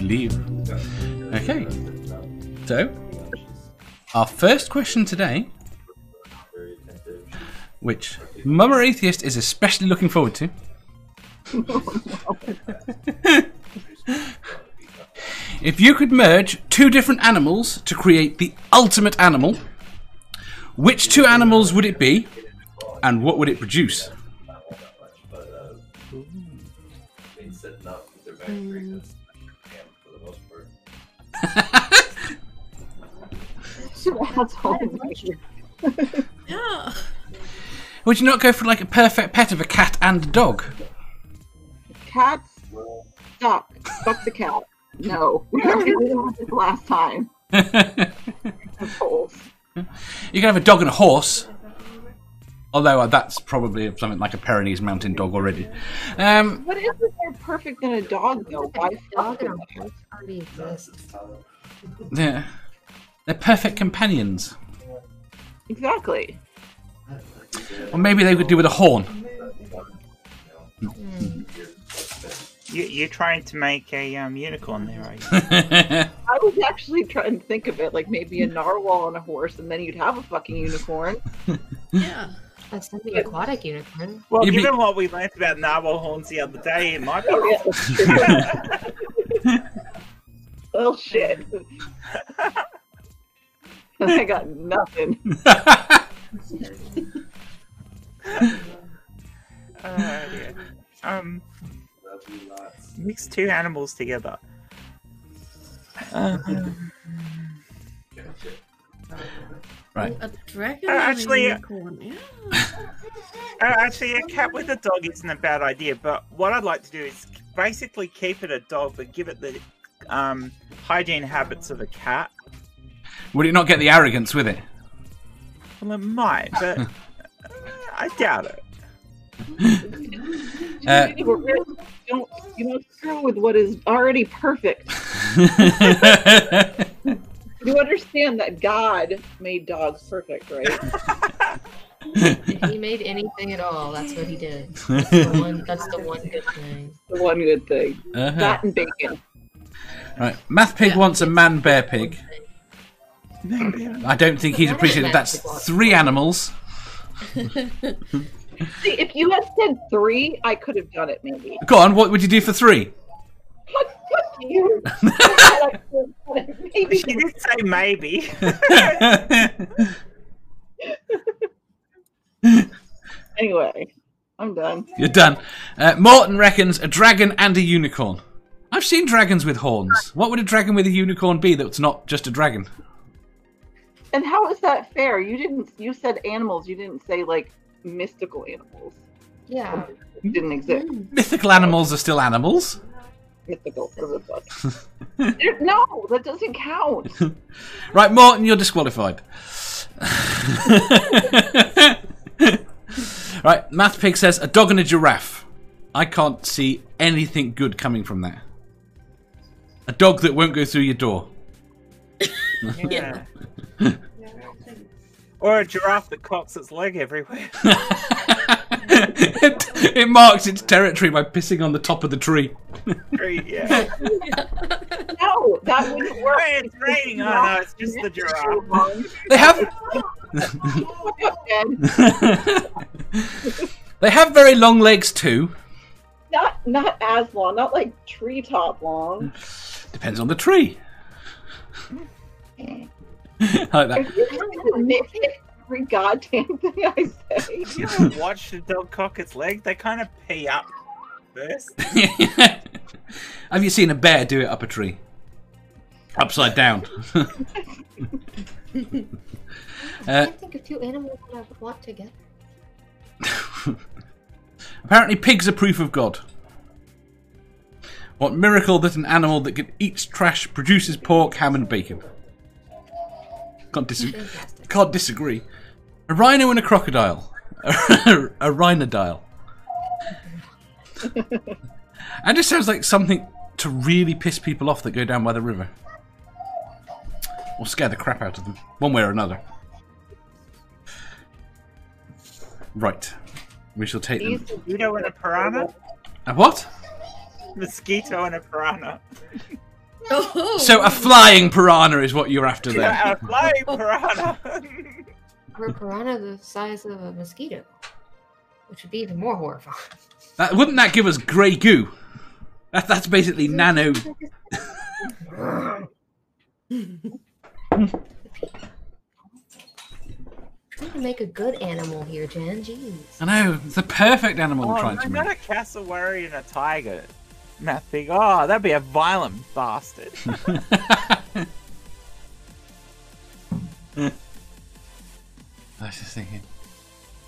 leave. Okay. So, our first question today, which Mama Atheist is especially looking forward to, if you could merge two different animals to create the ultimate animal, which two animals would it be, and what would it produce? Yeah. Would you not go for like a perfect pet of a cat and a dog? Cats, stop. Fuck the cat. No. We already did this last time. That's holes. You can have a dog and a horse. Although uh, that's probably something like a Pyrenees mountain dog already. Um, What is it more perfect than a dog, though? Why fuck Dog and them? a horse already exist. they're, they're perfect companions. Exactly. Or maybe they could do with a horn. You, you're trying to make a um, unicorn there, are you? I was actually trying to think of it like maybe a narwhal and a horse, and then you'd have a fucking unicorn. Yeah. That's not the aquatic unicorn. Well, You'd be- given what we learned about narwhal horns the other day, it might be. Oh, yeah, that's true. well, shit. I got nothing. Uh, yeah. Um, mix two animals together. Uh, right. A dragon Oh, and actually, a unicorn. Yeah. Uh, actually, a cat with a dog isn't a bad idea, but what I'd like to do is basically keep it a dog, but give it the um, hygiene habits of a cat. Would it not get the arrogance with it? Well, it might, but uh, I doubt it. Uh, You really don't you don't screw with what is already perfect. You understand that God made dogs perfect, right? If he made anything at all, that's what he did. That's the one, that's the one good thing. The one good thing. Uh-huh. That and bacon. Right. Math Pig wants a man bear pig. I don't think he's appreciated that's three animals. See, if you had said three, I could have done it maybe. Go on, what would you do for three? Fuck, fuck you. I could have done it She maybe. did say maybe. Anyway, I'm done. You're done. Uh, Morton reckons a dragon and a unicorn. I've seen dragons with horns. What would a dragon with a unicorn be that's not just a dragon? And how is that fair? You didn't. You said animals. You didn't say like mystical animals. Yeah. Didn't exist. Mm-hmm. Mythical animals are still animals. Mythical. What the fuck? There- no, that doesn't count. Right, Morton, you're disqualified. right, Math Pig says a dog and a giraffe. I can't see anything good coming from that. A dog that won't go through your door. Yeah. or a giraffe that cocks its leg everywhere. it, it marks its territory by pissing on the top of the tree. yeah. No, that wouldn't work. Hey, it's raining. Oh, no, it's just the giraffe. They have Fuck up, Ben. they have very long legs too. Not not as long. Not like treetop long. Depends on the tree. I like that. If you were to nitpick Every goddamn thing I say. You ever watch the dog cock its leg? They kind of pee up first. Have you seen a bear do it up a tree? Upside down. I can't think of two animals that I would want together. Apparently, pigs are proof of God. What miracle that an animal that can eats trash produces pork, ham, and bacon. Can't, dis- Fantastic. can't disagree. A rhino and a crocodile. a rhinodile. and just sounds like something to really piss people off that go down by the river. Or scare the crap out of them, one way or another. Right. We shall take them. Mosquito and a piranha? A what? Mosquito and a piranha. Oh, So a flying piranha is what you're after then. A flying piranha. Or a piranha the size of a mosquito, which would be even more horrifying. That, wouldn't that give us grey goo? That, that's basically nano. Trying to make a good animal here, Jen. Jeez. I know, it's the perfect animal I'm oh, trying no, to not make. a cassowary and a tiger. Nothing. Oh, that'd be a violent bastard. I was just thinking.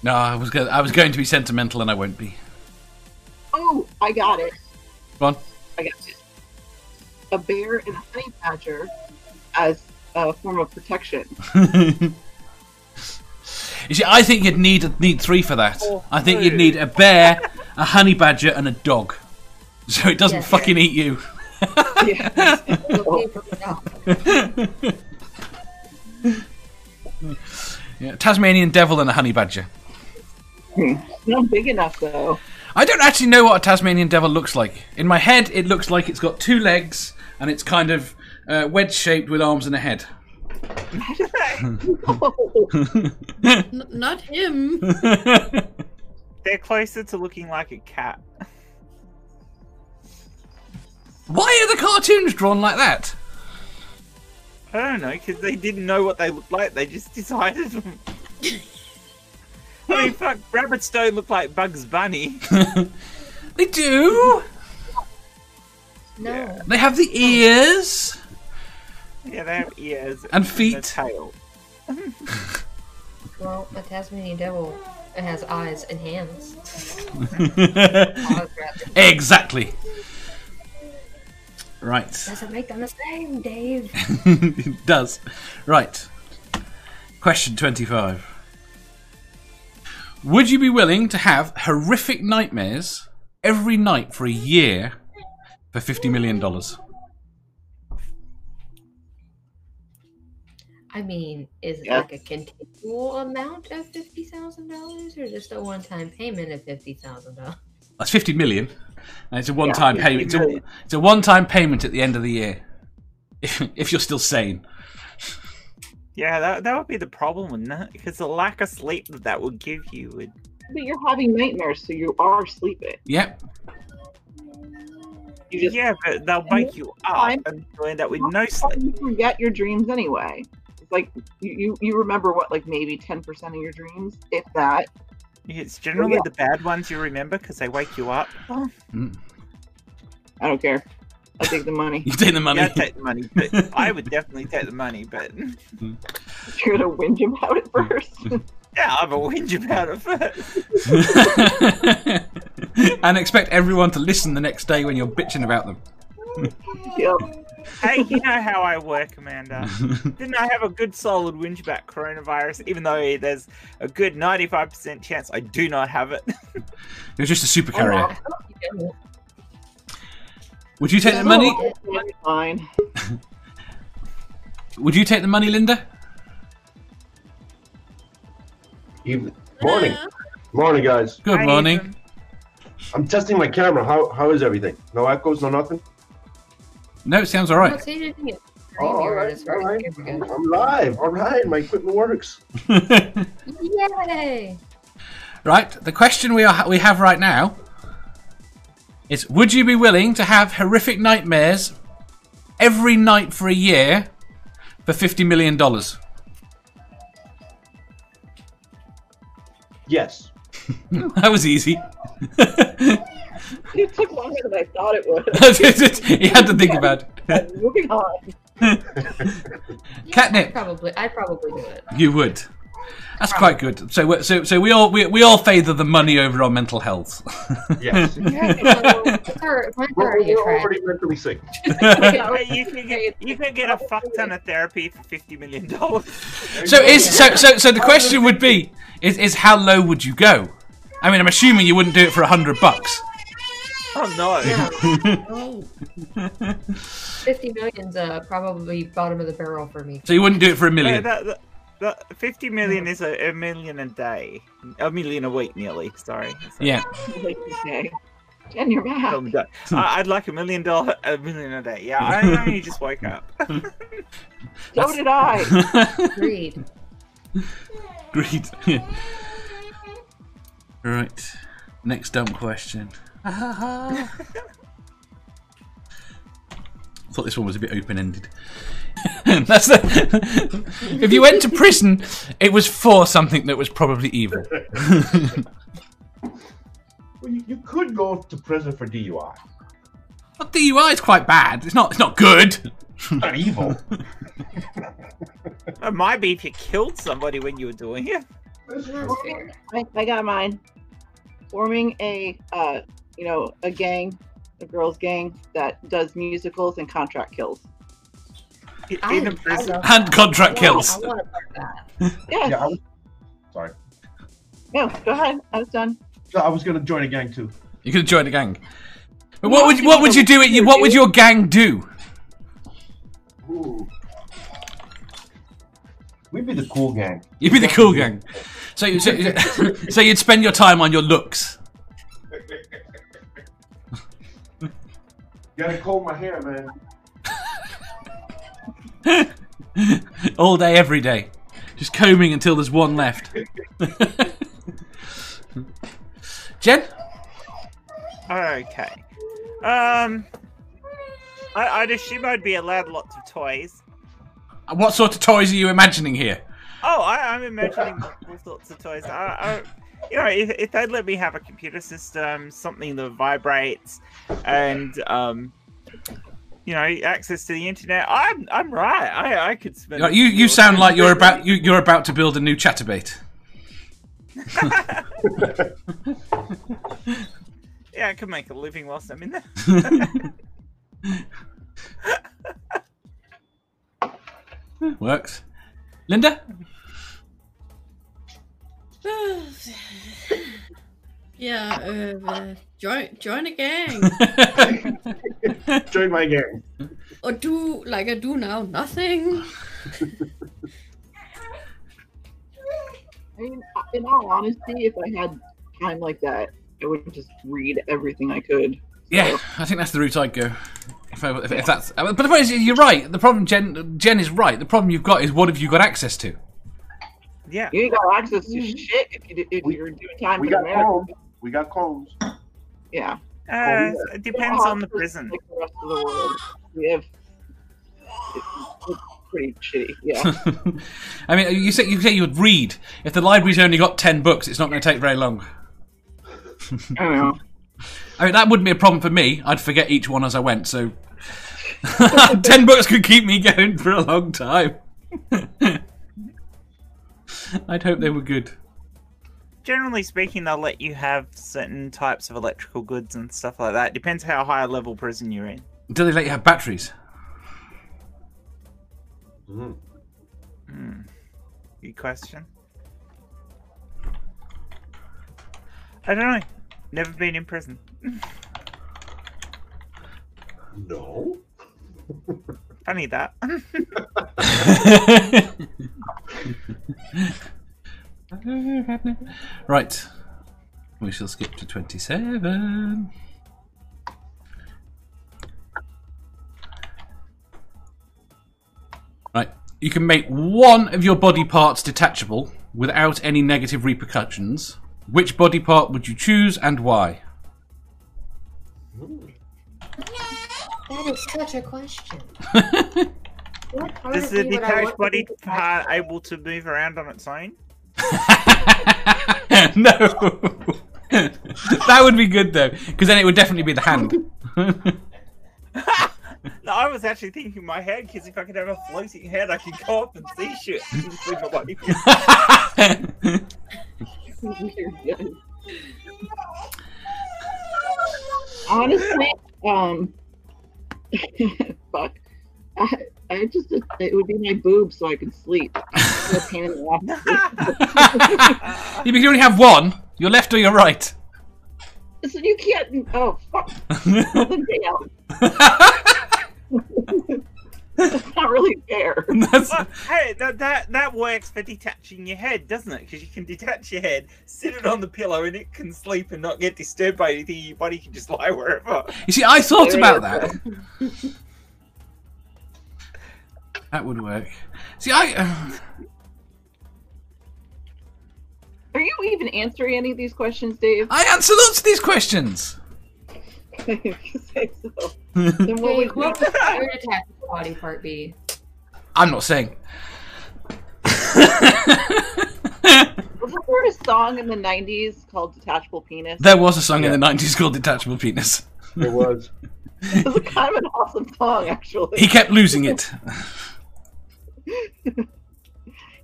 No, I was go- I was going to be sentimental, and I won't be. Oh, I got it. Go on. I got it. A bear and a honey badger as a form of protection. You see, I think you'd need need three for that. Oh, I think you'd no. need a bear, a honey badger, and a dog, so it doesn't Yeah. fucking eat you. yeah. Looking for the dog. Yeah, Tasmanian devil and a honey badger. Not big enough though. I don't actually know what a Tasmanian devil looks like. In my head, it looks like it's got two legs and it's kind of uh, wedge shaped with arms and a head. n- not him. They're closer to looking like a cat. Why are the cartoons drawn like that? I don't know, because they didn't know what they looked like. They just decided. I mean, fuck, rabbits don't look like Bugs Bunny. They do. No. They have the ears. Yeah, they have ears And a feet. tail. Well, a Tasmanian devil has eyes and hands. Paws, rather. exactly. Right. Doesn't make them the same, Dave. it does. Right. Question 25. Would you be willing to have horrific nightmares every night for a year for $50 million? I mean, is it Yeah. like a continual amount of fifty thousand dollars, or just a one-time payment of fifty thousand dollars? That's 50 million. And it's a one time Yeah, payment. It's a, million. it's a one time payment at the end of the year. If, if you're still sane. Yeah, that, that would be the problem, wouldn't it? Because the lack of sleep that that would give you would. But you're having nightmares, so you are sleeping. Yep. You just Yeah, but they'll wake you up I'm- and you'll end up with no sleep. you forget your dreams anyway. It's like you, you, you remember what, like maybe ten percent of your dreams, if that. It's generally the bad ones you remember because they wake you up. Oh, Mm. I don't care. I take the money. You take the money. yeah, I'd take the money. But I would definitely take the money, but You're gonna whinge about it first. yeah, I'll have a whinge about it first. and expect everyone to listen the next day when you're bitching about them. yep. hey, you know how I work, Amanda. Didn't I have a good solid whinge about coronavirus, even though there's a good 95% chance I do not have it? You're just a supercarrier. You don't. Would you take the money? Oh, that's fine. Would you take the money, Linda? Evening. Morning. Uh, Morning, guys. Good I need morning. them. I'm testing my camera. How how is everything? No echoes, no nothing. No, it sounds all Well, right. see, you didn't get- all you're right, as all far as right. the camera I'm, goes. I'm live. All right, my equipment works. Yay! right. The question we are we have right now is: Would you be willing to have horrific nightmares every night for a year for fifty million dollars? Yes. That was easy. It took longer than I thought it would. you had to think about it. Moving on. Yeah, Catnip. I'd probably, I probably do it. You would. That's quite good. So, we- so, so we all we, we all favour the money over our mental health. Yes. we're, It's alre- Mine's already a we're track. already mentally sick. Hey, you can get you can get a fuck ton of therapy for fifty million dollars. So is so so so the question would be is is how low would you go? I mean, I'm assuming you wouldn't do it for a hundred bucks. Oh no! oh, Fifty million's uh, probably bottom of the barrel for me. So you wouldn't do it for a No, million. that, that, that fifty million is a, a million a day, a million a week, nearly. Sorry. Yeah. Like, okay. Jen, you're back. Tell me that. I- I'd like a million dollar, a million a day. Yeah, I only just woke up. so did I. Agreed. Great. right. Next dumb question. I thought this one was a bit open ended. That's the. if you went to prison, it was for something that was probably evil. Well, you, you could go to prison for DUI. But DUI is quite bad. It's not. It's not good. Not evil. It might be if you killed somebody when you were doing it. That's fair. I, I got mine. Forming a, uh, you know, a gang, a girls' gang that does musicals and contract kills. In I, a I prison. love And contract Yeah, kills. I want to fuck that. Yes. yeah, I was, sorry. No, go ahead. I was done. No, I was going to join a gang too. You could have joined a gang. But what would what would you do? It. What would your gang do? Ooh. We'd be the cool gang. You'd be the cool gang. So, so, so you'd spend your time on your looks. Gotta comb my hair, man. All day, every day. Just combing until there's one left. Jen? Okay. Um, I, I'd assume I'd be allowed lots of toys. What sort of toys are you imagining here? Oh, I, I'm imagining all sorts of toys. I, I, you know, if, if they'd let me have a computer system, something that vibrates, and um, you know, access to the internet, I'm I'm right. I I could spend. You, you sound like you're about you, you're about to build a new chatterbait. Yeah, I could make a living whilst I'm in there. Works. Linda? yeah, uh, uh, join join a gang Join my gang. or do like I do now, nothing. I mean, in all honesty, if I had time like that, I would just read everything I could. Yeah, I think that's the route I'd go. If, I, if, if that's, but the point is, you're right. The problem, Jen, Jen is right. The problem you've got is what have you got access to? Yeah. Uh, You ain't got access to shit if, you, do- if Mm-hmm. We- you're doing time We for got America. combs. We got combs. Yeah. Uh, it depends on the prison. Like the rest of the world. We have. it- It's pretty shitty. Yeah. I mean, you say you say you'd read. If the library's only got ten books, it's not going to take very long. I don't know. I mean, that wouldn't be a problem for me. I'd forget each one as I went, so ten books could keep me going for a long time. I'd hope they were good. Generally speaking, they'll let you have certain types of electrical goods and stuff like that. Depends how high a level prison you're in. Do they let you have batteries? Mhm. Good question. I don't know. Never been in prison. No. Funny that. right. We shall skip to 27. Right. You can make one of your body parts detachable without any negative repercussions. Which body part would you choose and why? Mm. That is such a question. What part Is of the me would I detached want body to be detached part able to move around on its own? no. that would be good though, because then it would definitely be the hand. No, I was actually thinking in my head because if I could have a floating head, I could go up and see shit. and see my body. Honestly, um, fuck. I, I just it would be my boobs so I could sleep. It's a pain in the ass. you can only have one, your left or your right. So you can't. Oh fuck! Something down. It's not really fair. That's, Well, hey, that, that that works for detaching your head, doesn't it? Because you can detach your head, sit it on the pillow, and it can sleep and not get disturbed by anything. Your body can just lie wherever. you see, I thought There about you that. that would work. See, I. Are you even answering any of these questions, Dave? I answer lots of these questions. If you say so. Then what would Jake, what would your detachment body part be? I'm not saying. Wasn't there a song in the 90s called Detachable Penis? there was a song in the 90s called Detachable Penis. It was. It was kind of an awesome song, actually. He kept losing it.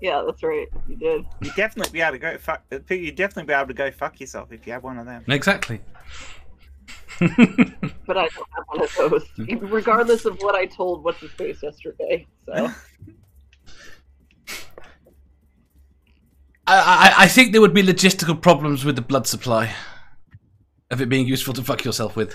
Yeah, that's right. You did. You'd definitely be able to go fuck. You'd definitely be able to go fuck yourself if you had one of them. Exactly. But I don't have one of those, even regardless of what I told What's His Face yesterday. So, I, I, I think there would be logistical problems with the blood supply of it being useful to fuck yourself with.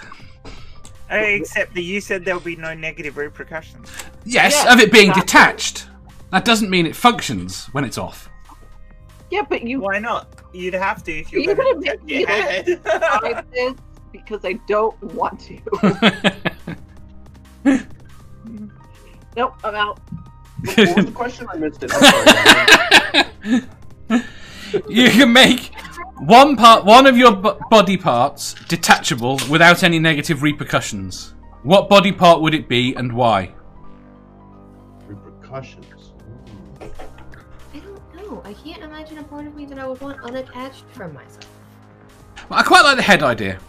Except that you said there would be no negative repercussions. Yes, Yeah, of it being exactly. detached. That doesn't mean it functions when it's off. yeah, but you Why not? You'd have to if You you're could've going to made your me head. buy this because I don't want to. Nope, I'm out. What was the question? I missed it. I'm sorry. you can make one part, one of your b- body parts detachable without any negative repercussions. What body part would it be, and why? Repercussions. Mm. I don't know. I can't imagine a part of me that I would want unattached from myself. Well, I quite like the head idea.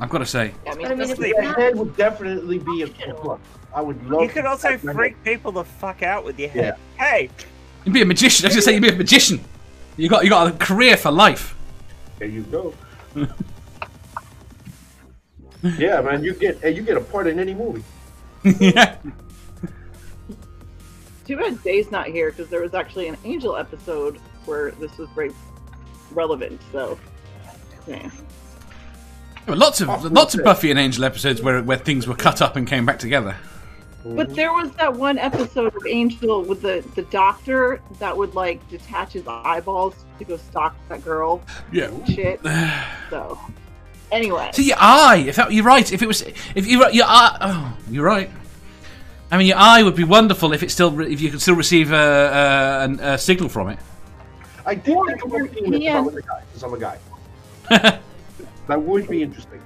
I've got to say. Yeah, I mean, But I mean, if Honestly, it's The not- head would definitely be a. Look, I would love. You could to also detach my freak people the fuck out with your head. Hey, You'd be a magician. I was going to say you'd be a magician. You got you got a career for life. head. There you go. yeah, man, you get hey, you get a part in any movie. yeah. too bad Dave's not here because there was actually an Angel episode where this was very relevant. So, yeah. There were lots of Possible lots of too. Buffy and Angel episodes where where things were cut up and came back together. Mm-hmm. But there was that one episode of Angel with the, the doctor that would like detach his eyeballs to go stalk that girl Yeah. and shit. So, anyway, So your eye, if that, you're right, if it was, if you your eye, oh, you're right. I mean, your eye would be wonderful if it still, re- if you could still receive a, a, an- a signal from it. I did think about being this yeah. Yeah. with a guy, since I'm a guy. that would be interesting.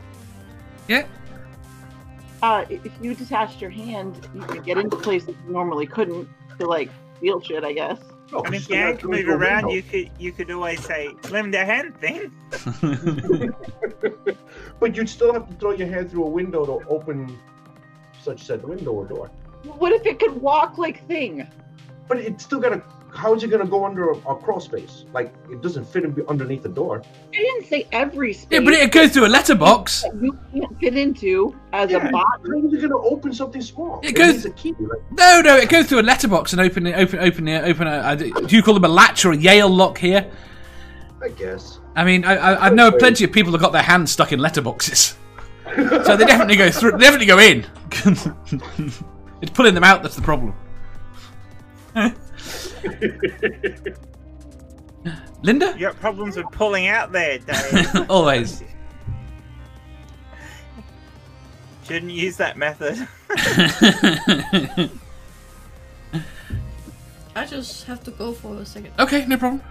Yeah. uh, if you detached your hand, you could get into places you normally couldn't to like feel shit, I guess. No, and if just your hand can imagine move going to a around, window. you could you could always say, "Slim the hand thing." But you'd still have to throw your hand through a window to open such said window or door. What if it could walk like thing? But it's still gonna. How is it gonna go under a, a crawl space? Like it doesn't fit in, underneath the door. I didn't say every space Yeah, but it goes through a letterbox. that you can't fit into as Yeah. a bot. How is it gonna open something small? It goes- needs a key. Like, No, no, it goes through a letterbox and open, open, open, open. A, a, do you call them a latch or a Yale lock here? I guess. I mean, I, I, I know plenty of people that got their hands stuck in letterboxes, so they definitely go through, they definitely go in. it's pulling them out that's the problem. Linda. You got problems with pulling out there, Dave. Always. Shouldn't use that method. I just have to go for a second. okay, no problem.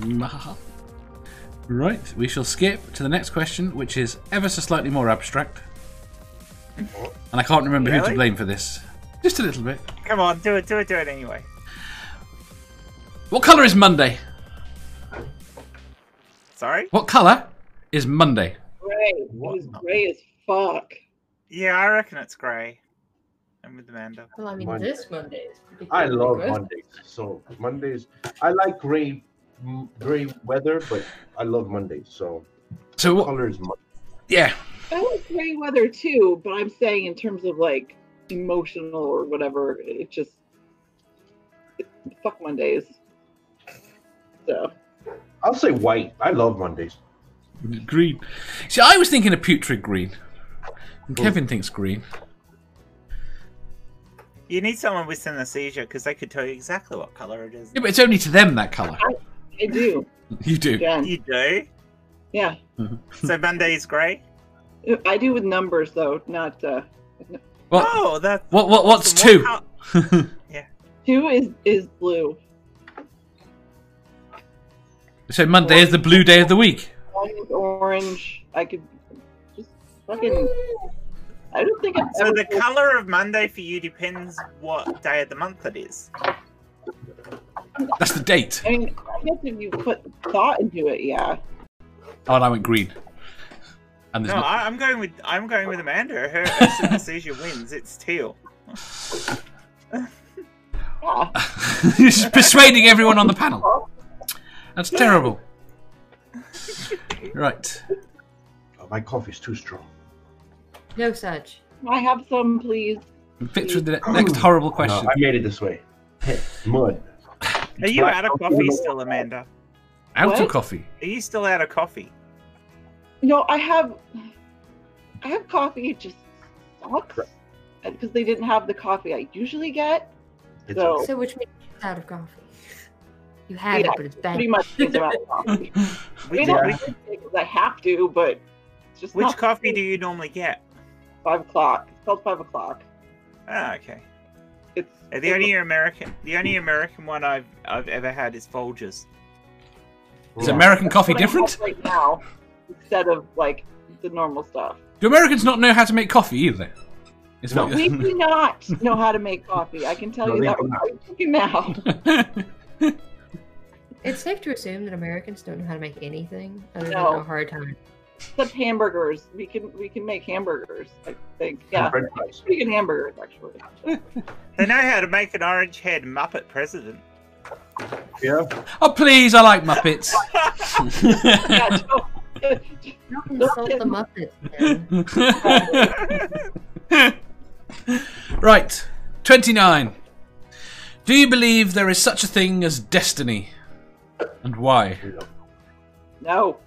Mwahaha. Right, we shall skip to the next question, which is ever so slightly more abstract. And I can't remember who to Really? blame for this. Just a little bit. Come on, do it, do it, do it anyway. What colour is Monday? Sorry. What colour is Monday? Gray. It was gray as fuck. Yeah, I reckon it's grey. I'm with Amanda. Well, I mean, Monday. this Monday is I particularly love gross. Mondays. So Mondays, I like gray, m- gray weather, but I love Mondays. So So what? color is Monday. Yeah. I like gray weather too, but I'm saying in terms of like emotional or whatever, it just fuck Mondays. So I'll say white. I love Mondays. Green. See, I was thinking of putrid green. And Kevin thinks green. You need someone with synesthesia because they could tell you exactly what color it is. Yeah, but it's only to them that color. I do. You do. Again. You do. Yeah. So Monday is grey. I do with numbers though, not uh What? Oh, that. What? What? What's so two? what two is is blue. so Monday is the blue day of the week. One is orange. I could just fucking I don't think I've col- so ever the color of Monday for you depends what day of the month it is. That's the date. I mean I guess if you put thought into it, yeah. Oh, and I went green. And No, there's no, I, I'm going with I'm going with Amanda. Her, her synesthesia wins. It's teal. Yeah. You're just persuading everyone on the panel. That's terrible. Right. Oh, my coffee's too strong. No such. Can I have some please. Victor, the ne- next horrible question. No, I made it this way. Hey, mud. Are you Right. out of coffee still, Amanda? Out of What? coffee. Are you still out of coffee? No, I have I have coffee, it just sucks. Because they didn't have the coffee I usually get. It's So- So which means it's out of coffee. You had it, Yeah, but it's Pretty bad. much is about coffee. Which, We don't which, drink it 'cause I have to, but it's just which not coffee do you normally get? five o'clock. It's called five o'clock. Ah, okay. It's Uh, The only American, the only American one I've I've ever had is Folgers. Is American coffee what I have different? right now instead of like the normal stuff. Do Americans not know how to make coffee either? Is No. what- We do not know how to make coffee. I can tell No, you they that do right fucking now. It's safe to assume that Americans don't know how to make anything other No. than a hard time. Except hamburgers. We can we can make hamburgers. I think yeah, French fries. pretty good hamburgers actually. They know how to make an orange head Muppet president. Yeah. oh, please, I like Muppets. Yeah, so- Don't insult the Muppets. man. right. 29. Do you believe there is such a thing as destiny? And why? no.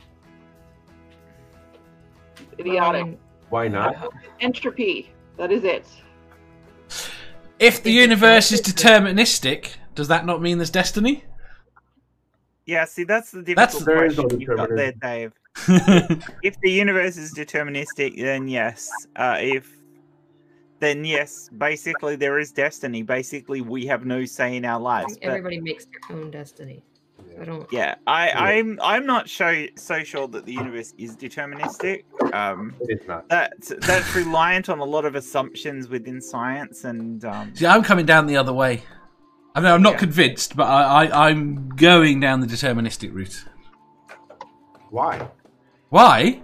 I Idiotic. mean, Why not? Entropy. That is it. If the universe is deterministic, does that not mean there's destiny? Yeah, see, that's the That's- difficult There is no question you've got there, Dave. If the universe is deterministic, then yes. Uh, if then yes, basically there is destiny. Basically, we have no say in our I lives. think But everybody makes their own destiny. So I don't. yeah, I, I'm I'm not so so sure that the universe is deterministic. Um, It is not. that's that's reliant on a lot of assumptions within science and um, See, I'm coming down the other way. I mean, I'm not Yeah. convinced, but I, I, I'm going down the deterministic route. Why? Why?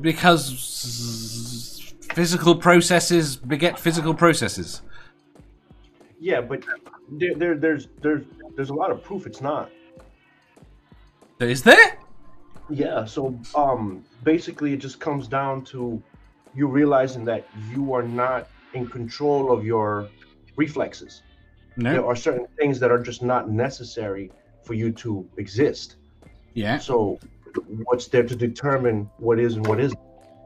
Because physical processes beget physical processes. Yeah, but there, there, there's, there's, there's a lot of proof it's not. Is there? Yeah. So, um, basically, it just comes down to you realizing that you are not in control of your reflexes. There No. are certain things that are just not necessary for you to exist. Yeah. So, what's there to determine what is and what isn't?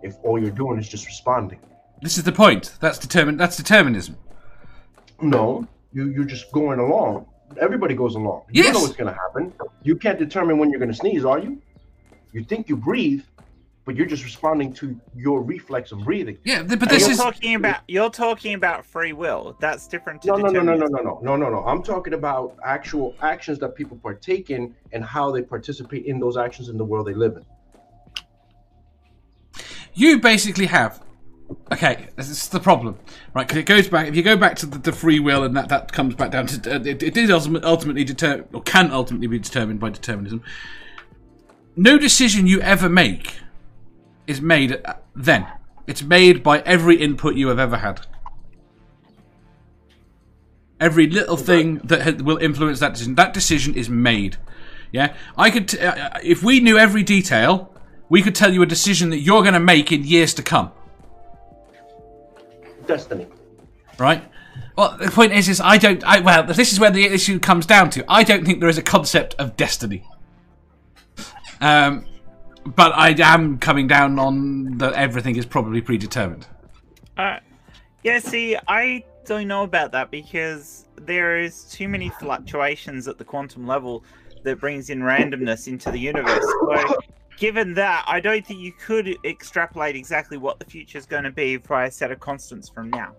If all you're doing is just responding. This is the point. That's determin. That's determinism. No, you you're just going along. Everybody goes along. You don't know Yes. what's gonna happen. You can't determine when you're gonna sneeze, are you? You think you breathe, but you're just responding to your reflex of breathing. Yeah, th- but And this you're is talking about you're talking about free will. That's different to No, no, no, no, determinism. no, no, no, no, no, no. I'm talking about actual actions that people partake in and how they participate in those actions in the world they live in. you basically have. Okay, this is the problem, right? Because it goes back. If you go back to the, the free will, and that that comes back down to uh, it, it is ultimate, ultimately deter or can ultimately be determined by determinism. No decision you ever make is made uh, then. It's made by every input you have ever had. Every little thing that ha- will influence that decision. That decision is made. Yeah, I could. T- uh, uh, if we knew every detail, we could tell you a decision that you're going to make in years to come. Destiny. Right. Well, the point is, is I don't. I well, this is where the issue comes down to. I don't think there is a concept of destiny. Um, but I am coming down on that everything is probably predetermined. Uh, yeah, see, I don't know about that because there is too many fluctuations at the quantum level that brings in randomness into the universe. So, given that, I don't think you could extrapolate exactly what the future is going to be by a set of constants from now.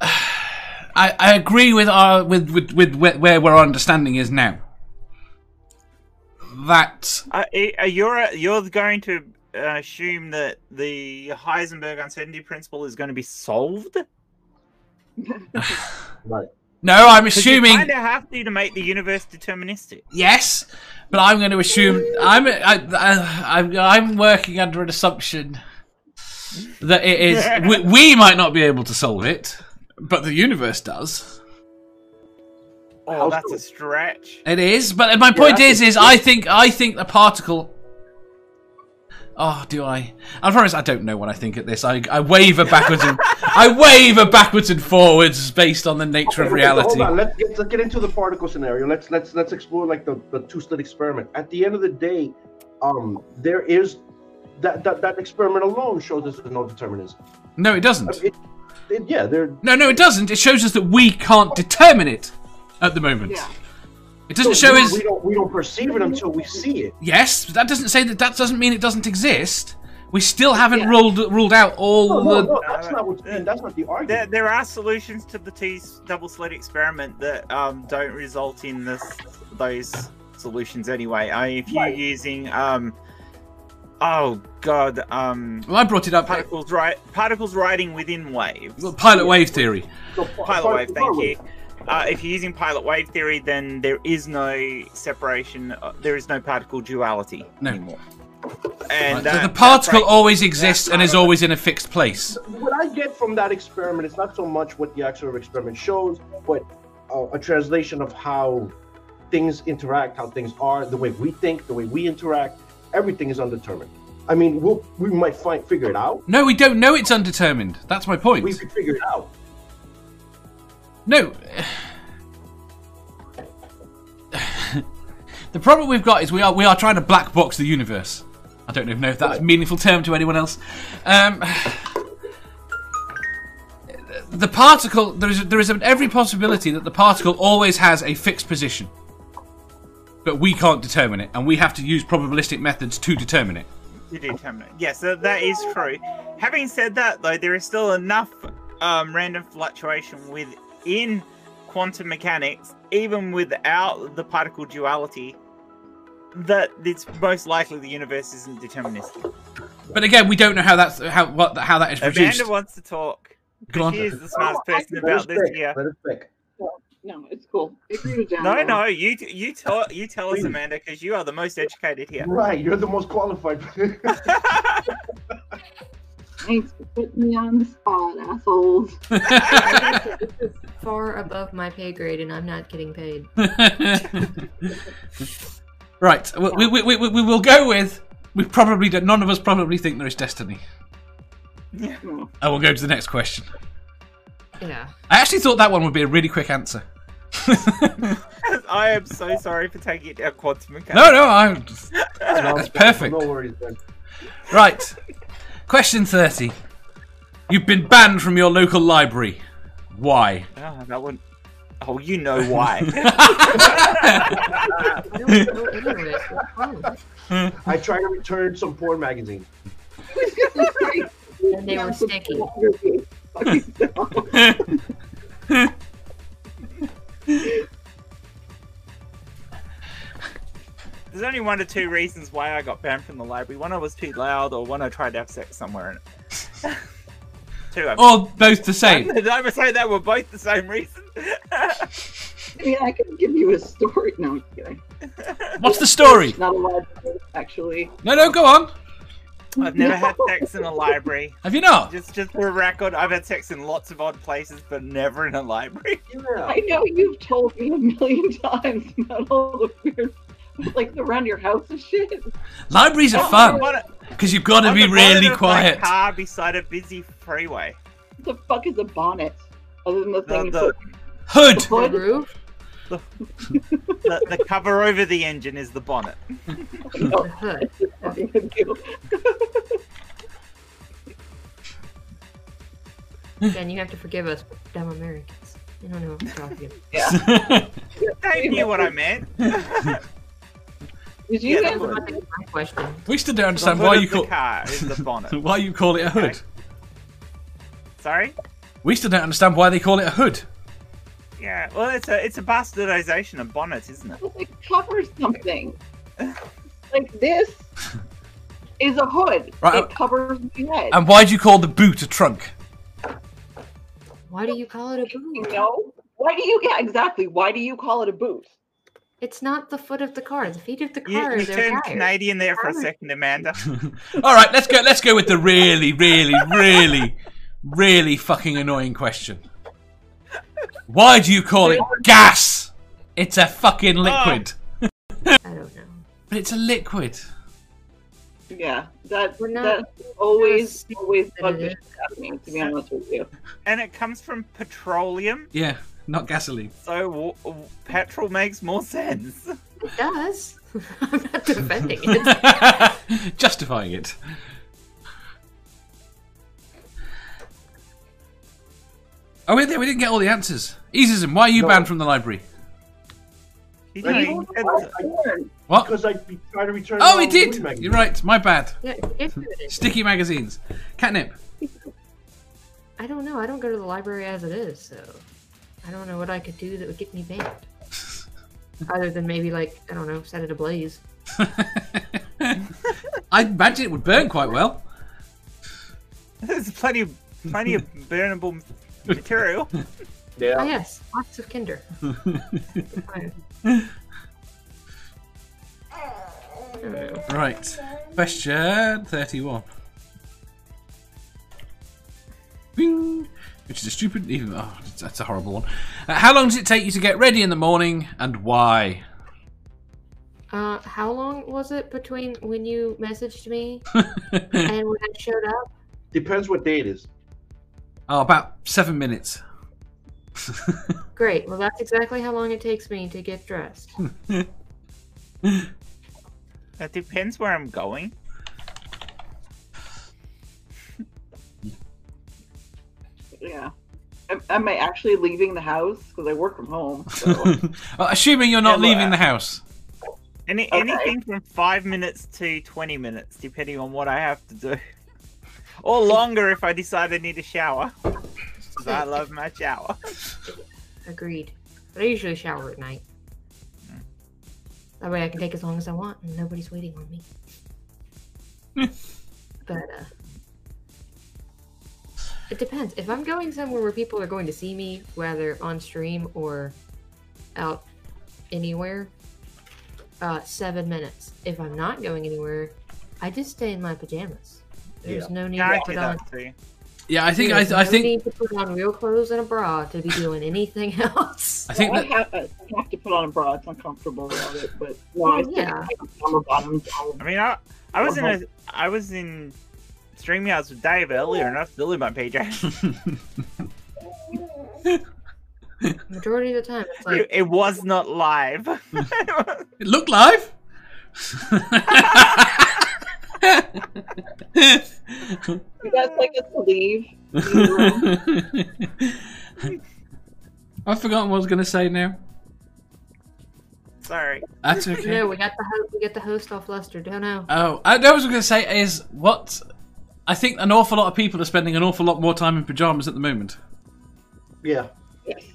I, I agree with our with with, with where, where our understanding is now. That Uh, i- uh, you're you're going to uh, assume that the Heisenberg uncertainty principle is going to be solved? 'Cause Right. no, I'm you assuming kind of have to to make the universe deterministic. yes, but I'm going to assume I'm I, I, I'm I'm working under an assumption that it is we, we might not be able to solve it, but the universe does. Oh, that's a stretch. It is, but my point is, that's is I think I think the particle. Oh, do I? I promise I don't know what I think at this. I, I waver backwards and I waver backwards and forwards based on the nature of Okay, okay, reality. Hold on. Let's get, let's get into the particle scenario. Let's let's let's explore like the, the two slit experiment. At the end of the day, um, there is that that, that experiment alone shows us there's no determinism. No, it doesn't. It, it, yeah, there. No, no, it doesn't. It shows us that we can't determine it at the moment. Yeah. It doesn't so show we, us. we don't we don't perceive it until we see it. Yes, but that doesn't say that. That doesn't mean it doesn't exist. We still haven't ruled ruled out all No, the. no, no, that's not what that's not the argument. There, there are solutions to the T double slit experiment that um, don't result in this those solutions anyway. I, if you're Right. using um, oh god, um, Well, I brought it up. particles right particles riding within waves. Well, Pilot wave theory. So par- Pilot wave, particle thank wave. you. Uh, if you're using pilot wave theory, then there is no separation. Uh, there is no particle duality No. anymore. And So that- the that particle breaks- always exists that and is part of always in a fixed place. what I get from that experiment is not so much what the actual experiment shows, but uh, a translation of how things interact, how things are, the way we think, the way we interact. Everything is undetermined. I mean, we'll, we might find figure it out. No, we don't know it's undetermined. That's my point. We could figure it out. No. the problem we've got is we are we are trying to black box the universe. I don't even know if that's a meaningful term to anyone else. Um, the particle there is there is every possibility that the particle always has a fixed position, but we can't determine it, and we have to use probabilistic methods to determine it. to determine it. Yes, that- that is true. Having said that, though, there is still enough um, random fluctuation within quantum mechanics, even without the particle duality, that it's most likely the universe isn't deterministic. But again, we don't know how that's how what how that is produced. Amanda wants to talk. Go on. She is the smartest person Let us about this pick. year. Let us pick. No, it's cool. I agree with John. No, Um, though. no, you you tell you tell us, Please. Amanda, because you are the most educated here. Right, you're the most qualified. Thanks for putting me on the spot, assholes. Far above my pay grade, and I'm not getting paid. right. well, We, we, we, we will go with. We probably don't, none of us probably think there is destiny. No. I will go to the next question. Yeah. I actually thought that one would be a really quick answer. I am so sorry for taking it uh, down quantum mechanics. No, no, I'm that's perfect. No worries, man. Right. Question thirty. You've been banned from your local library. Why? Ah, that one. Oh, you know why. I don't know internet. What's wrong with it? I try to return some porn magazines. And they were sticky. There's only one or two reasons why I got banned from the library. One, I was too loud, or one, I tried to have sex somewhere in it. two of them. Or both the same? Did I ever say that were both the same reason? I mean, I could give you a story. No, I'm kidding. What's the story? Not a lot, actually. No, no, go on. I've never had sex in a library. Have you not? Just, just for a record, I've had sex in lots of odd places, but never in a library. Yeah. I know you've told me a million times about all the weird, like around your house and shit. Libraries are I'm fun the bonnet- because you've got to I'm be the bonnet really of my quiet. Car beside a busy freeway. What the fuck is a bonnet? Other than the The, thing the, Hood. The you put roof? the, the cover over the engine is the bonnet. The hood. on the hood. Again, you have to forgive us, we're dumb Americans. You don't know what you're talking about. I knew what I meant. Did you Yeah, guys that I think it's my question. we still don't understand The why hood you of the call car is the bonnet. why you call it a hood. Sorry. We still don't understand why they call it a hood. Yeah. Well, it's a it's a bastardization of bonnet, isn't it? like cover something? like this is a hood. Right, It covers my head. And why do you call the boot a trunk? Why do you call it a you boot? know? Why do you yeah exactly? Why do you call it a boot? It's not the foot of the car. The feet of the You, car you is their turned tires. Canadian there for a Tires. second, Amanda. All right, let's go. Let's go with the really, really, really, really fucking annoying question. Why do you call it gas? It's a fucking Ah. liquid. I don't know. But it's a liquid. Yeah, that We're not- that always we're not always bugged sensitive. the shit out of me. To be honest with you, And it comes from petroleum, Yeah, not gasoline. so w- w- petrol makes more sense. It does. I'm not defending it. Justifying it. Oh, wait, there. We didn't get all the answers. Easism, why are you No. banned from the library? You Right. know, I don't know it's- what I learned. What? Because I be- tried to return. Oh, my we did. Wii magazine. You're right. My bad. Yeah, it is. Sticky magazines. Catnip. I don't know. I don't go to the library as it is, so I don't know what I could do that would get me banned. Other than maybe like I don't know, set it ablaze. I imagine it would burn quite well. There's plenty of plenty of burnable material. Oh Yeah. yes, lots of Kinder. I don't know. Right. Question 31. Bing. Which is a stupid, even oh, that's a horrible one. Uh, how long does it take you to get ready in the morning, and why? Uh, how long was it between when you messaged me and when I showed up? Depends what day it is. Oh, about seven minutes. Great. Well, that's exactly how long it takes me to get dressed. That depends where I'm going. Yeah, am, am I actually leaving the house because I work from home? So. Oh, assuming you're not Yeah, well, leaving uh, the house. Any Okay. anything from five minutes to twenty minutes, depending on what I have to do, or longer if I decide I need a shower. 'Cause I love my shower. Agreed. But I usually shower at night. Hmm. That way I can take as long as I want and nobody's waiting on me. but uh it depends. If I'm going somewhere where people are going to see me, whether on stream or out anywhere, uh seven minutes. If I'm not going anywhere, I just stay in my pajamas. There's no need Yeah, to I do put on that too. Yeah, I think I, there's I no think need to put on real clothes and a bra to be doing anything else. I think I that have, I have to put on a bra. It's uncomfortable without it, but no, Oh, I still yeah. have summer bottoms. All I mean, I I was in a I was in StreamYards with Dave earlier, and I was still in my PJ. Majority of the time, it's It, like it was not live. it looked live. you guys like us to leave? I've forgotten what I was going to say now. Sorry. That's okay. no, we got the ho- we got the host all flustered. Don't know. Oh, I, I was going to say is what I think an awful lot of people are spending an awful lot more time in pajamas at the moment. Yeah.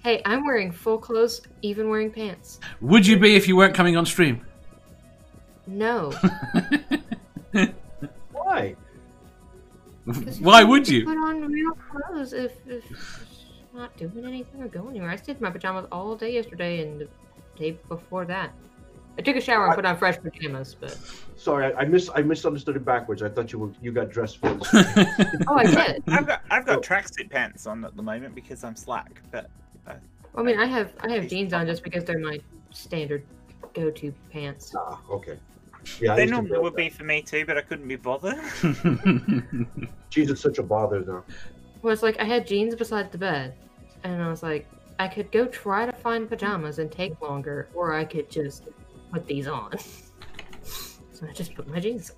Hey, I'm wearing full clothes, even wearing pants. Would you be if you weren't coming on stream? No. Why? 'cause Why you would need to you? put on real clothes if, if you're not doing anything or going anywhere? I stayed in my pajamas all day yesterday and the day before that. I took a shower and put on fresh pajamas, but Sorry, I, I mis I misunderstood it backwards. I thought you were you got dressed for. this. oh, I did. I've got I've got tracksuit pants on at the moment because I'm slack, but I mean, I have I have jeans on just because they're my standard go-to pants. ah, okay. Yeah. I they used to normally wear would that. be for me too, but I couldn't be bothered. Jesus, such a bother now. Well, it's like I had jeans beside the bed, and I was like, I could go try to find pajamas and take longer, or I could just put these on. so I just put my jeans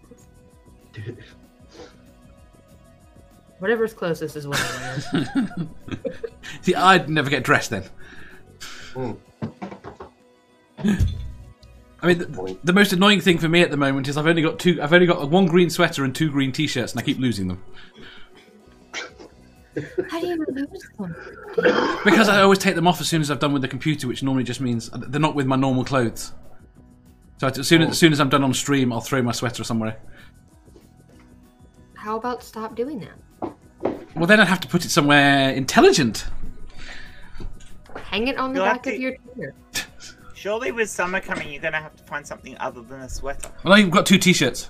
on. Whatever's closest is what I wear. See, I'd never get dressed then. Mm. I mean, the, the most annoying thing for me at the moment is I've only got two. I've only got one green sweater and two green t-shirts, and I keep losing them How do you lose them? because I always take them off as soon as I've done with the computer, which normally just means they're not with my normal clothes. So as soon as, as soon as I'm done on stream, I'll throw my sweater somewhere. How about stop doing that? Well, then I'd have to put it somewhere intelligent. Hang it on the You'll have back of to- your chair. Surely with summer coming, you're gonna have to find something other than a sweater. Well, I've got two t-shirts.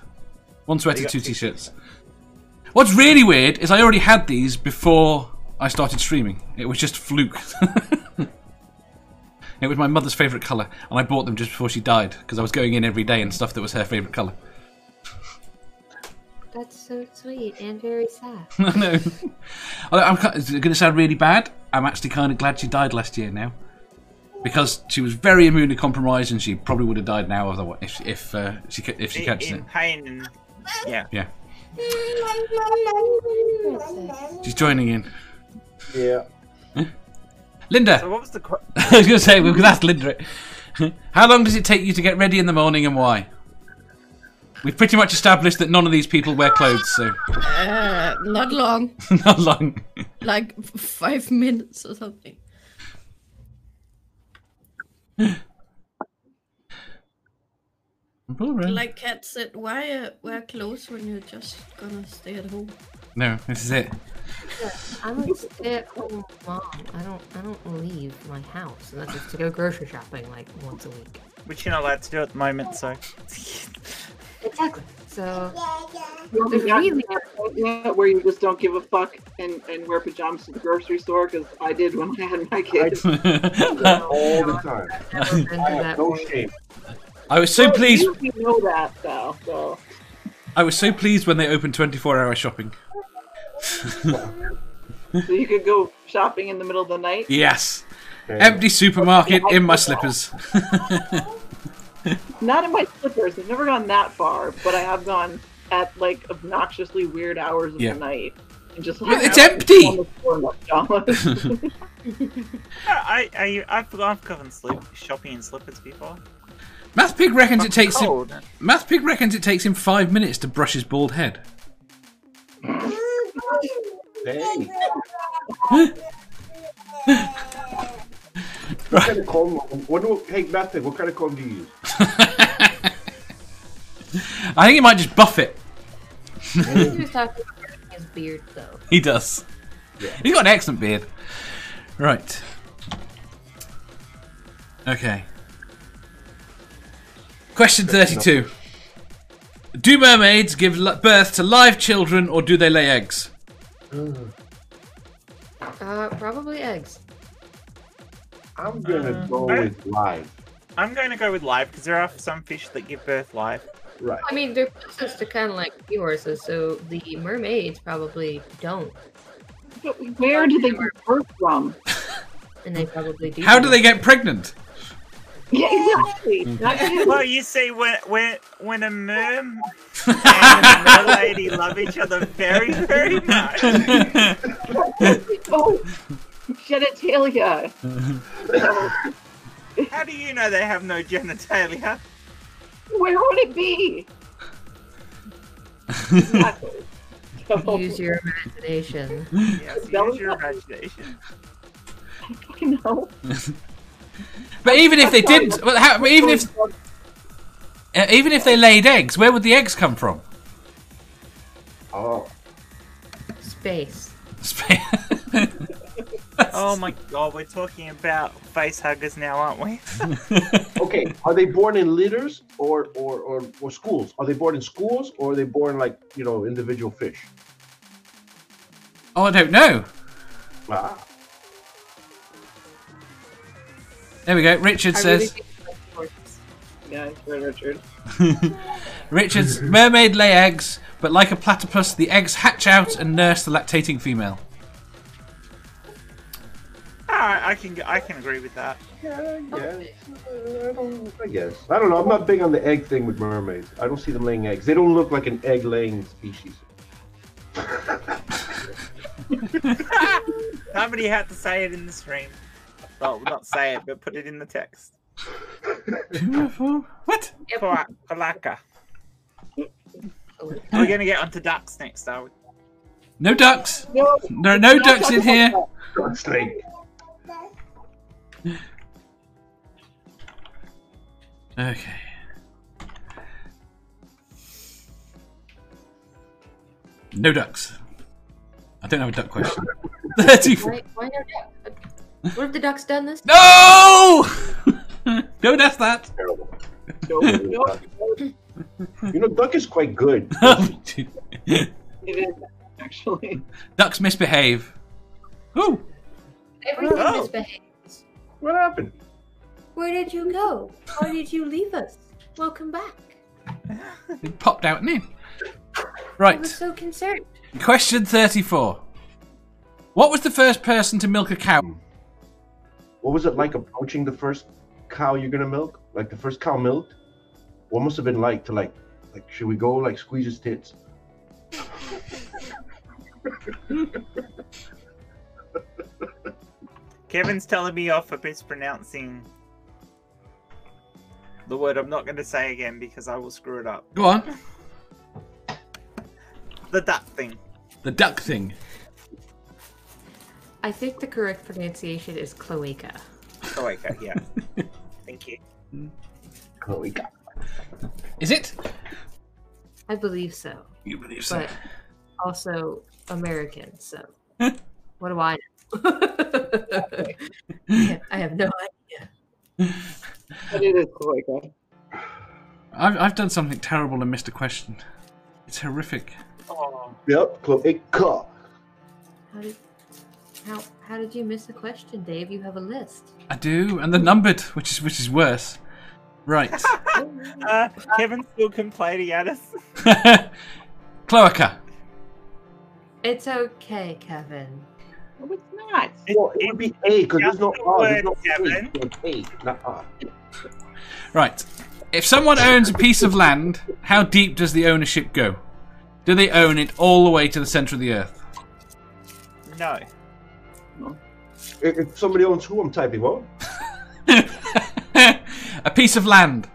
One sweater, You got two two t-shirts. What's really weird is I already had these before I started streaming. It was just fluke. it was my mother's favorite color, and I bought them just before she died because I was going in every day and stuff that was her favorite color. That's so sweet and very sad. I know. Although I'm ki- it's going to sound really bad. I'm actually kind of glad she died last year now, because she was very immunocompromised and she probably would have died now otherwise if if uh, she ca- if she In, catches in it. pain and yeah. Yeah. She's joining in. Yeah. Linda, So what was the qu- I was going to say, we could ask Linda. it. How long does it take you to get ready in the morning and why? We've pretty much established that none of these people wear clothes, so Uh, not long. not long. Like f- five minutes or something. All right. Like Kat said, why uh, wear clothes when you're just gonna stay at home? no, this is it. I'm a stay-at-home mom. I don't. I don't leave my house unless it's to go grocery shopping like once a week. which you're not allowed to do at the moment, so Exactly. So Well, there's yeah, really yeah, where you just don't give a fuck and, and wear pajamas to the grocery store because I did when I had my kids. All the time. never been to I have that no point. shame. I was so pleased. You you know that though. So I was so pleased when they opened 24-hour shopping. so you could go shopping in the middle of the night. Yes, empty supermarket in my slippers. Not in my slippers. I've never gone that far, but I have gone at like obnoxiously weird hours of Yeah. the night. And just Well, hung it's out empty! on the floor in my pajamas. I, I I I've I've gone sleep shopping in slippers before. Math Pig reckons it takes him. Cold. Math Pig reckons it takes him five minutes to brush his bald head. Hey, what Right. kind of comb? What do, hey, Matthew, what kind of comb do you use? I think he might just buff it. He was talking about cutting his beard though. He does. He's got an excellent beard. Right. Okay. Question 32. Do mermaids give li- birth to live children or do they lay eggs? Mm. Uh, probably eggs. I'm Uh, gonna go with live. I'm going to go with live because there are some fish that give birth live. Right. I mean, they're closest to kind of like seahorses, so the mermaids probably don't, But Where do they get birth from? and they probably do. How do they get pregnant? Yeah, exactly. Mm. Not you. Well, you see, when when when a merm and a merlady love each other very very much, Oh, genitalia. how do you know they have no genitalia? Where would it be? Not- No. Use your imagination. Yes, use your imagination. No. But even if they did, well, how, but even if uh, even if they laid eggs, where would the eggs come from? Oh, Space. Spain. Oh my god, we're talking about face huggers now, aren't we? okay. Are they born in litters or or, or or schools? Are they born in schools or are they born like you know individual fish? oh, I don't know. Ah, There we go. Richard I really says. think it's like seahorses. Yeah, it's for Richard. Richard's mermaid lay eggs, but like a platypus, the eggs hatch out and nurse the lactating female. Ah, I can I can agree with that. yeah, yeah. I don't. I guess I don't know. I'm not big on the egg thing with mermaids. I don't see them laying eggs. They don't look like an egg-laying species. Somebody had to say it in the stream. Well, not say it, but put it in the text. What? Koa- Kolaka. Oh, We're gonna get onto ducks next, are we? No ducks. No, There are no ducks in here. God's sake. Okay. No ducks. I don't have a duck question. 34. why, why no duck? What if the duck's done this? No! don't ask that. Terrible. No, no. you know, duck is quite good. it is actually. Ducks misbehave. Ooh. Everything Oh. misbehaves. What happened? Where did you go? Why did you leave us? Welcome back. It popped out and in. I was Right. so concerned. Question 34. What was the first person to milk a cow? What was it like approaching the first cow you're gonna milk? Like the first cow milked? What must have been like to like, like should we go like squeeze his tits? Kevin's telling me off for mispronouncing the word I'm not gonna say again because I will screw it up. Go on. The duck thing. The duck thing. I think the correct pronunciation is cloaca. Cloaca, Oh, yeah. Thank you. Chloe, God. Is it? I believe so, You believe so. but also American. So what do I know? Yeah, I have no idea. But it is Cloaca. I've, I've done something terrible and missed a question. It's horrific. Oh, Yep, Cloaca. How did how how did you miss the question, Dave? You have a list. I do, and they're numbered, which is which is worse. Right. uh, Kevin's still complaining at us. Cloaca. It's okay, Kevin. No, it's not. Well, it would be A because there's no R. There's no A. Kevin. There's A, not R. Right. If someone owns a piece of land, how deep does the ownership go? Do they own it all the way to the center of the earth? No. If, if somebody owns who I'm typing, what? a piece of land.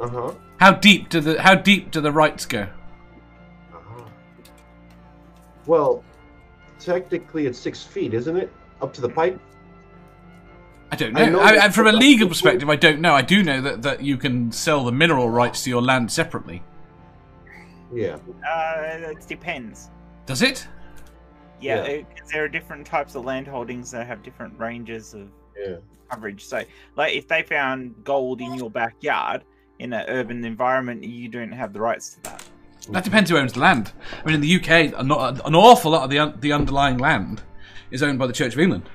Uh huh. How deep do the how deep do the rights go? Uh-huh. Well, technically it's six feet, isn't it? Up to the pipe. I don't know. I I know I, that- from a legal perspective, I don't know. I do know that, that you can sell the mineral rights to your land separately. Yeah. Uh, it depends. Does it? Yeah, Yeah. it- 'cause there are different types of land holdings that have different ranges of Yeah. coverage. So, like, if they found gold in your backyard in an urban environment, you don't have the rights to that. That depends who owns the land. I mean, in the UK, an, an awful lot of the un, the underlying land is owned by the Church of England.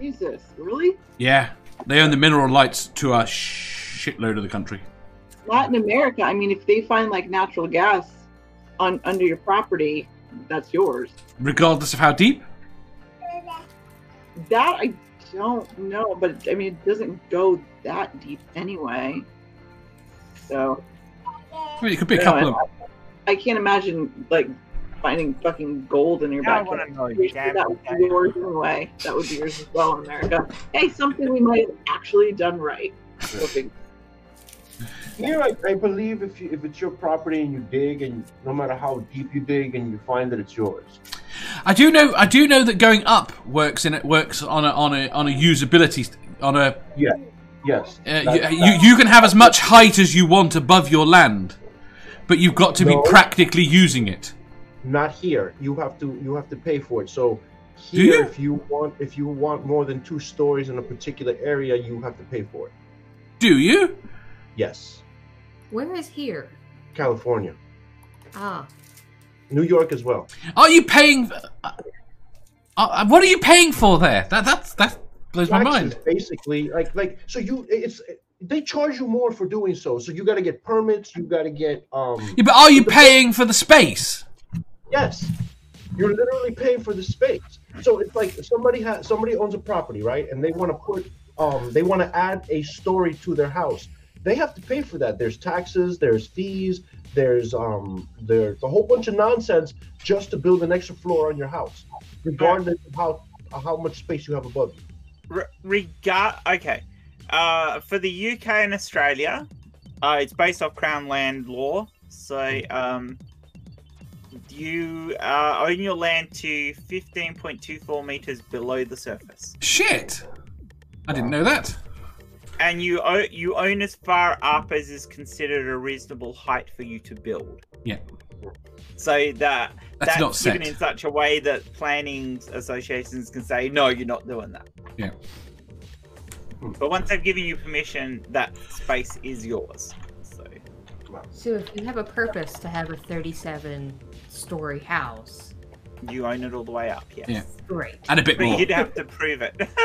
Jesus, really? Yeah, they own the mineral rights to a shitload of the country. Not in America. I mean, if they find like natural gas on under your property, that's yours. regardless of how deep. That I don't know, but I mean, it doesn't go that deep anyway. So I mean, it could be a Yeah, couple of. I can't imagine like finding fucking gold in your Now I backyard. want to know. Pretty sure Damn that it, would damn be it. yours anyway. That would be yours as well in America. Hey, something we might have actually done right. Looking- Yeah, I, I believe if you, if it's your property and you dig, and no matter how deep you dig, and you find that it's yours. I do know. I do know that going up works in it works on a on a on a usability st- on a. Yes. Uh, you, you you can have as much height as you want above your land, but you've got to No. be practically using it. Not here. You have to you have to pay for it. So Do here, you? if you want if you want more than two stories in a particular area, you have to pay for it. Do you? Yes. Where is here? California, Ah, New York as well. Are you paying? Uh, uh, what are you paying for there? That that's that blows my Taxes, mind. Basically, like like so you it's they charge you more for doing so. So you got to get permits. You got to get um. Yeah, but are you paying for the space? Yes, you're literally paying for the space. So it's like somebody has somebody owns a property, right? And they want to put um they want to add a story to their house. They have to pay for that. There's taxes. There's fees. There's um there's a whole bunch of nonsense just to build an extra floor on your house, regardless of how how much space you have above you. Re- regard okay uh, for the uk and australia uh, it's based off crown land law so um, you uh, own your land to 15.24 meters below the surface Shit! I didn't know that. and you, o- you own as far up as is considered a reasonable height for you to build Yeah. so that That's that's, not given set. in such a way that planning associations can say, no, you're not doing that. Yeah. But once they've given you permission, that space is yours. So So if you have a purpose to have a 37 story house, you own it all the way up, yes. Yeah. great. And a bit But more. you'd have to prove it.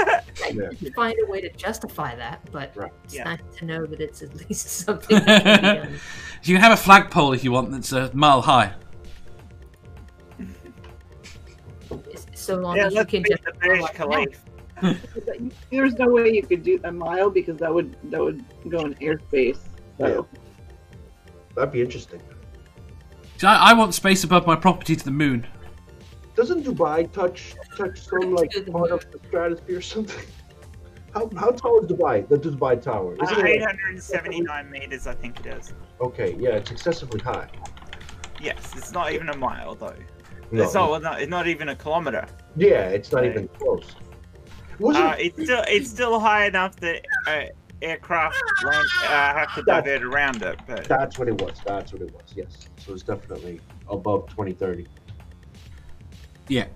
Yeah. You find a way to justify that, but Right. it's Yeah. nice to know that it's at least something that can be done. You can have a flagpole if you want that's a mile high. It's- So long yeah, as you let's can beat just the Burj Khalifa. There's no way you could do a mile because that would that would go in airspace. So That'd be interesting. See, I, I want space above my property to the moon. Doesn't Dubai touch touch some like To the part of the stratosphere or something? How, how tall is Dubai? The Dubai Tower. It's Isn't it, 879 meters, I think it is. okay, yeah, it's excessively high. Yes, it's not even a mile, though. No, It's not, not, it's not even a kilometer. Yeah, it's not Right. even close. Was Uh, it? it's still it's still high enough that uh, aircraft land, uh, have to That- divert around it. But That's what it was. That's what it was. Yes. So it's definitely above 2030. Yeah.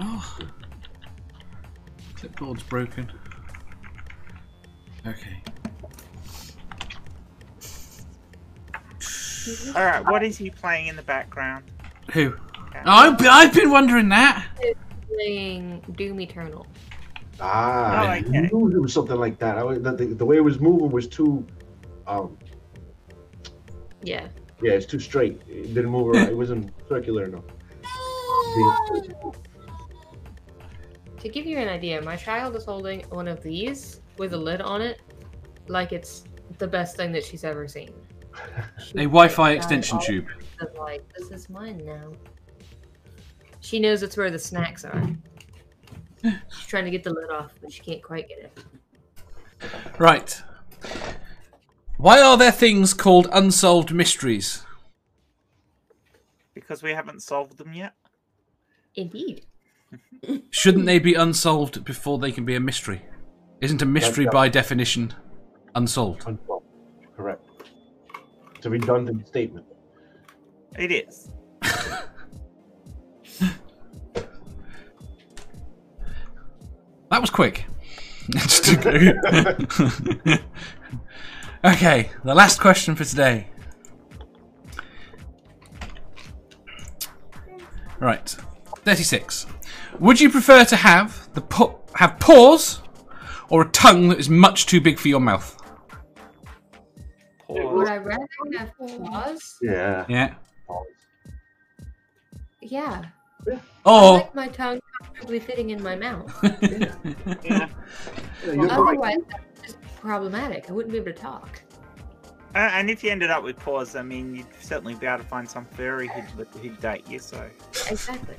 Oh. Clipboard's broken. Okay. all right, what is he playing in the background? Who? Oh, I've, I've been wondering that. playing Doom Eternal. Ah, Oh, I okay. knew there was something like that. I, was- the, the, the way it was moving was too, um, Yeah. yeah, it's too straight. It didn't move around. it wasn't circular enough. The- To give you an idea, my child is holding one of these with a lid on it, like it's the best thing that she's ever seen. She's A Wi-Fi like, got extension all tube. kinds of, like, this is mine now. She knows it's where the snacks are. She's trying to get the lid off, but she can't quite get it. Right. Why are there things called unsolved mysteries? Because we haven't solved them yet. Indeed. Shouldn't they be unsolved before they can be a mystery? Isn't a mystery That's- by definition unsolved? unquote. Correct. It's a redundant statement. It is. That was quick. Just to go. okay, the last question for today. Right, thirty-six. Would you prefer to have the pa- have paws or a tongue that is much too big for your mouth? Would I rather have claws? Yeah. Yeah. Yeah. I Oh. Or like my tongue comfortably fitting in my mouth. You're right. Otherwise, that's just problematic. I wouldn't be able to talk. Uh, and if you ended up with paws, I mean, you'd certainly be able to find some furry who'd, who'd date you. So Exactly.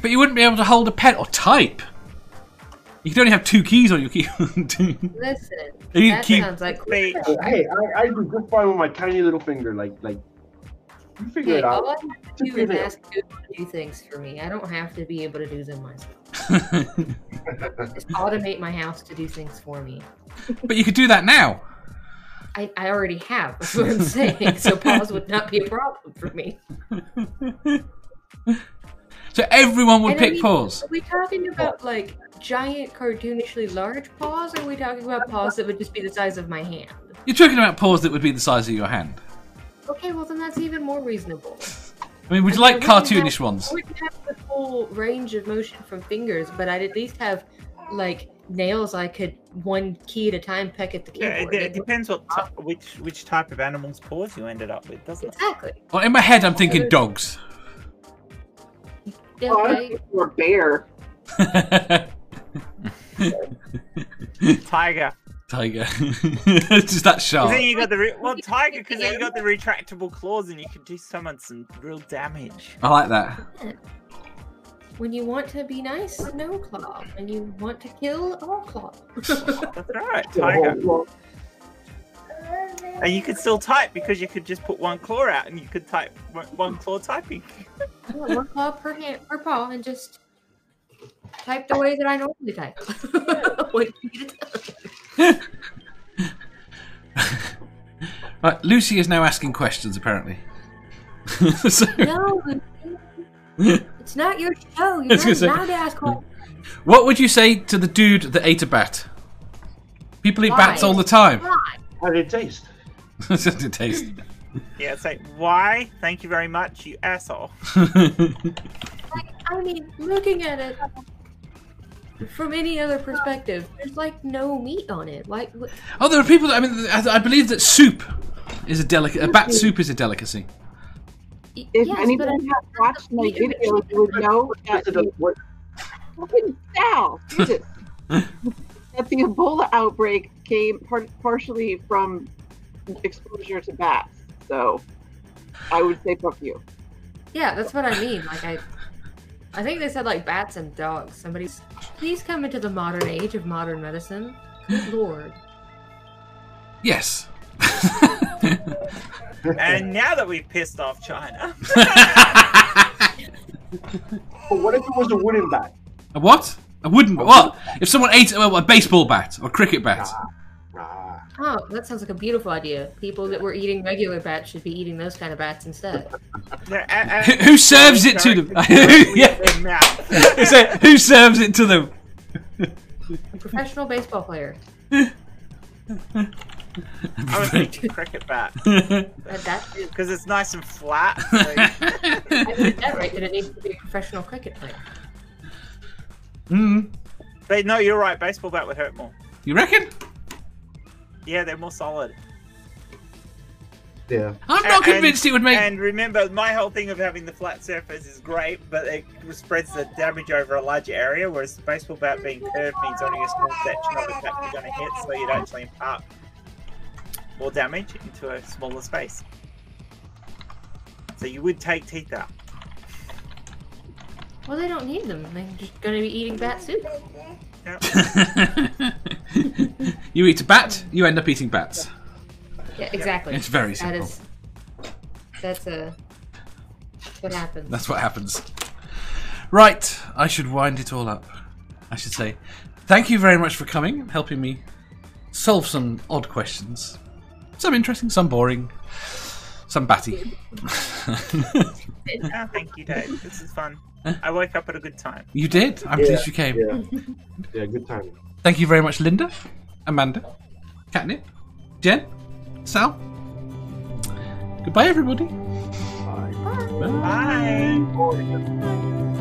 But you wouldn't be able to hold a pen or type. You could only have two keys on your key. Listen, You that keep- sounds like Speech. Oh, Hey, I, I do just fine with my tiny little finger. Like, like, you figure Hey, it out. all I have to do Figure is it out. ask Google to do things for me. I don't have to be able to do them myself. Just automate my house to do things for me. but you could do that now. I, I already have. That's what I'm saying. So pause would not be a problem for me. So everyone would And I pick mean- paws. Are we talking about like giant, cartoonishly large paws? Or are we talking about paws that would just be the size of my hand? You're talking about paws that would be the size of your hand. Okay, well then that's even more reasonable. I mean, would you I mean, like I wouldn't cartoonish have- ones? I wouldn't have the full range of motion from fingers, but I'd at least have like nails I could one key at a time peck at the yeah, it, keyboard. it depends what ty- which which type of animal's paws you ended up with, doesn't it? exactly. Well, in my head, I'm thinking dogs. Yeah, Oh, I okay. think we're bear. Tiger. Tiger. Just that Because sharp. then you got the re- well Yeah. tiger. Because then you got the retractable claws, and you can do someone some real damage. I like that. When you want to be nice, no claw. When you want to kill, all claw. That's right, The whole- tiger. And you could still type because you could just put one claw out, and you could type one- one claw typing. I want one claw per hand, per paw, and just type the way that I normally type. Like, Right, Lucy is now asking questions, apparently. so, no, it's not your show. You're was gonna not say- allowed to ask questions. what would you say to the dude that ate a bat? People eat Why? bats all the time. Why? How did it taste? That's just a taste. Yeah, it's like why? Thank you very much, you asshole. Like, I mean, looking at it from any other perspective, there's like no meat on it. Like, what- oh, there are people. That, I mean, I, I believe that soup is a delicacy. A bat soup is a delicacy. y- If yes, but anybody had watched my meat in it. video, you would know that Is it a- the what- fucking Sal, Jesus, that the Ebola outbreak came par- partially from exposure to bats. So I would say fuck you. Yeah, that's what I mean. Like I, I think they said like bats and dogs. Somebody's please come into the modern age of modern medicine. Good lord. Yes. And now that we've pissed off China, But what if it was a wooden bat? a what? A wooden. What? If someone ate a, a baseball bat or a cricket bat. Nah. Oh, that sounds like a beautiful idea. People that were eating regular bats should be eating those kind of bats instead. No, and- and- Who- who serves it to them? Directly Yeah. in their mouth. Is it- who serves it to them? A professional baseball player. I was thinking cricket bat That, that, because it's nice and flat. like- I think that right that it needs to be a professional cricket player. Hmm. but no, you're right. Baseball bat would hurt more. You reckon? Yeah, they're more solid. Yeah. I'm not And- convinced it would make. And remember, my whole thing of having the flat surface is great, but it spreads the damage over a large area, whereas the baseball bat being curved means only a small section of the bat you're going to hit, so you'd actually impart more damage into a smaller space. So you would take teeth out. Well, they don't need them. They're just going to be eating bat soup. Yeah. you eat a bat, you end up eating bats. Yeah, exactly. It's very That simple. is. That's a. What happens? That's what happens. Right, I should wind it all up. I should say, thank you very much for coming and helping me solve some odd questions. Some interesting, some boring, some batty. Oh, thank you, Dave. This is fun. I woke up at a good time. you did. I'm pleased you came. Yeah. Yeah, good timing. Thank you very much, Linda, Amanda, Catnip, Jen, Sal. Goodbye, everybody. Bye. Bye. Morning.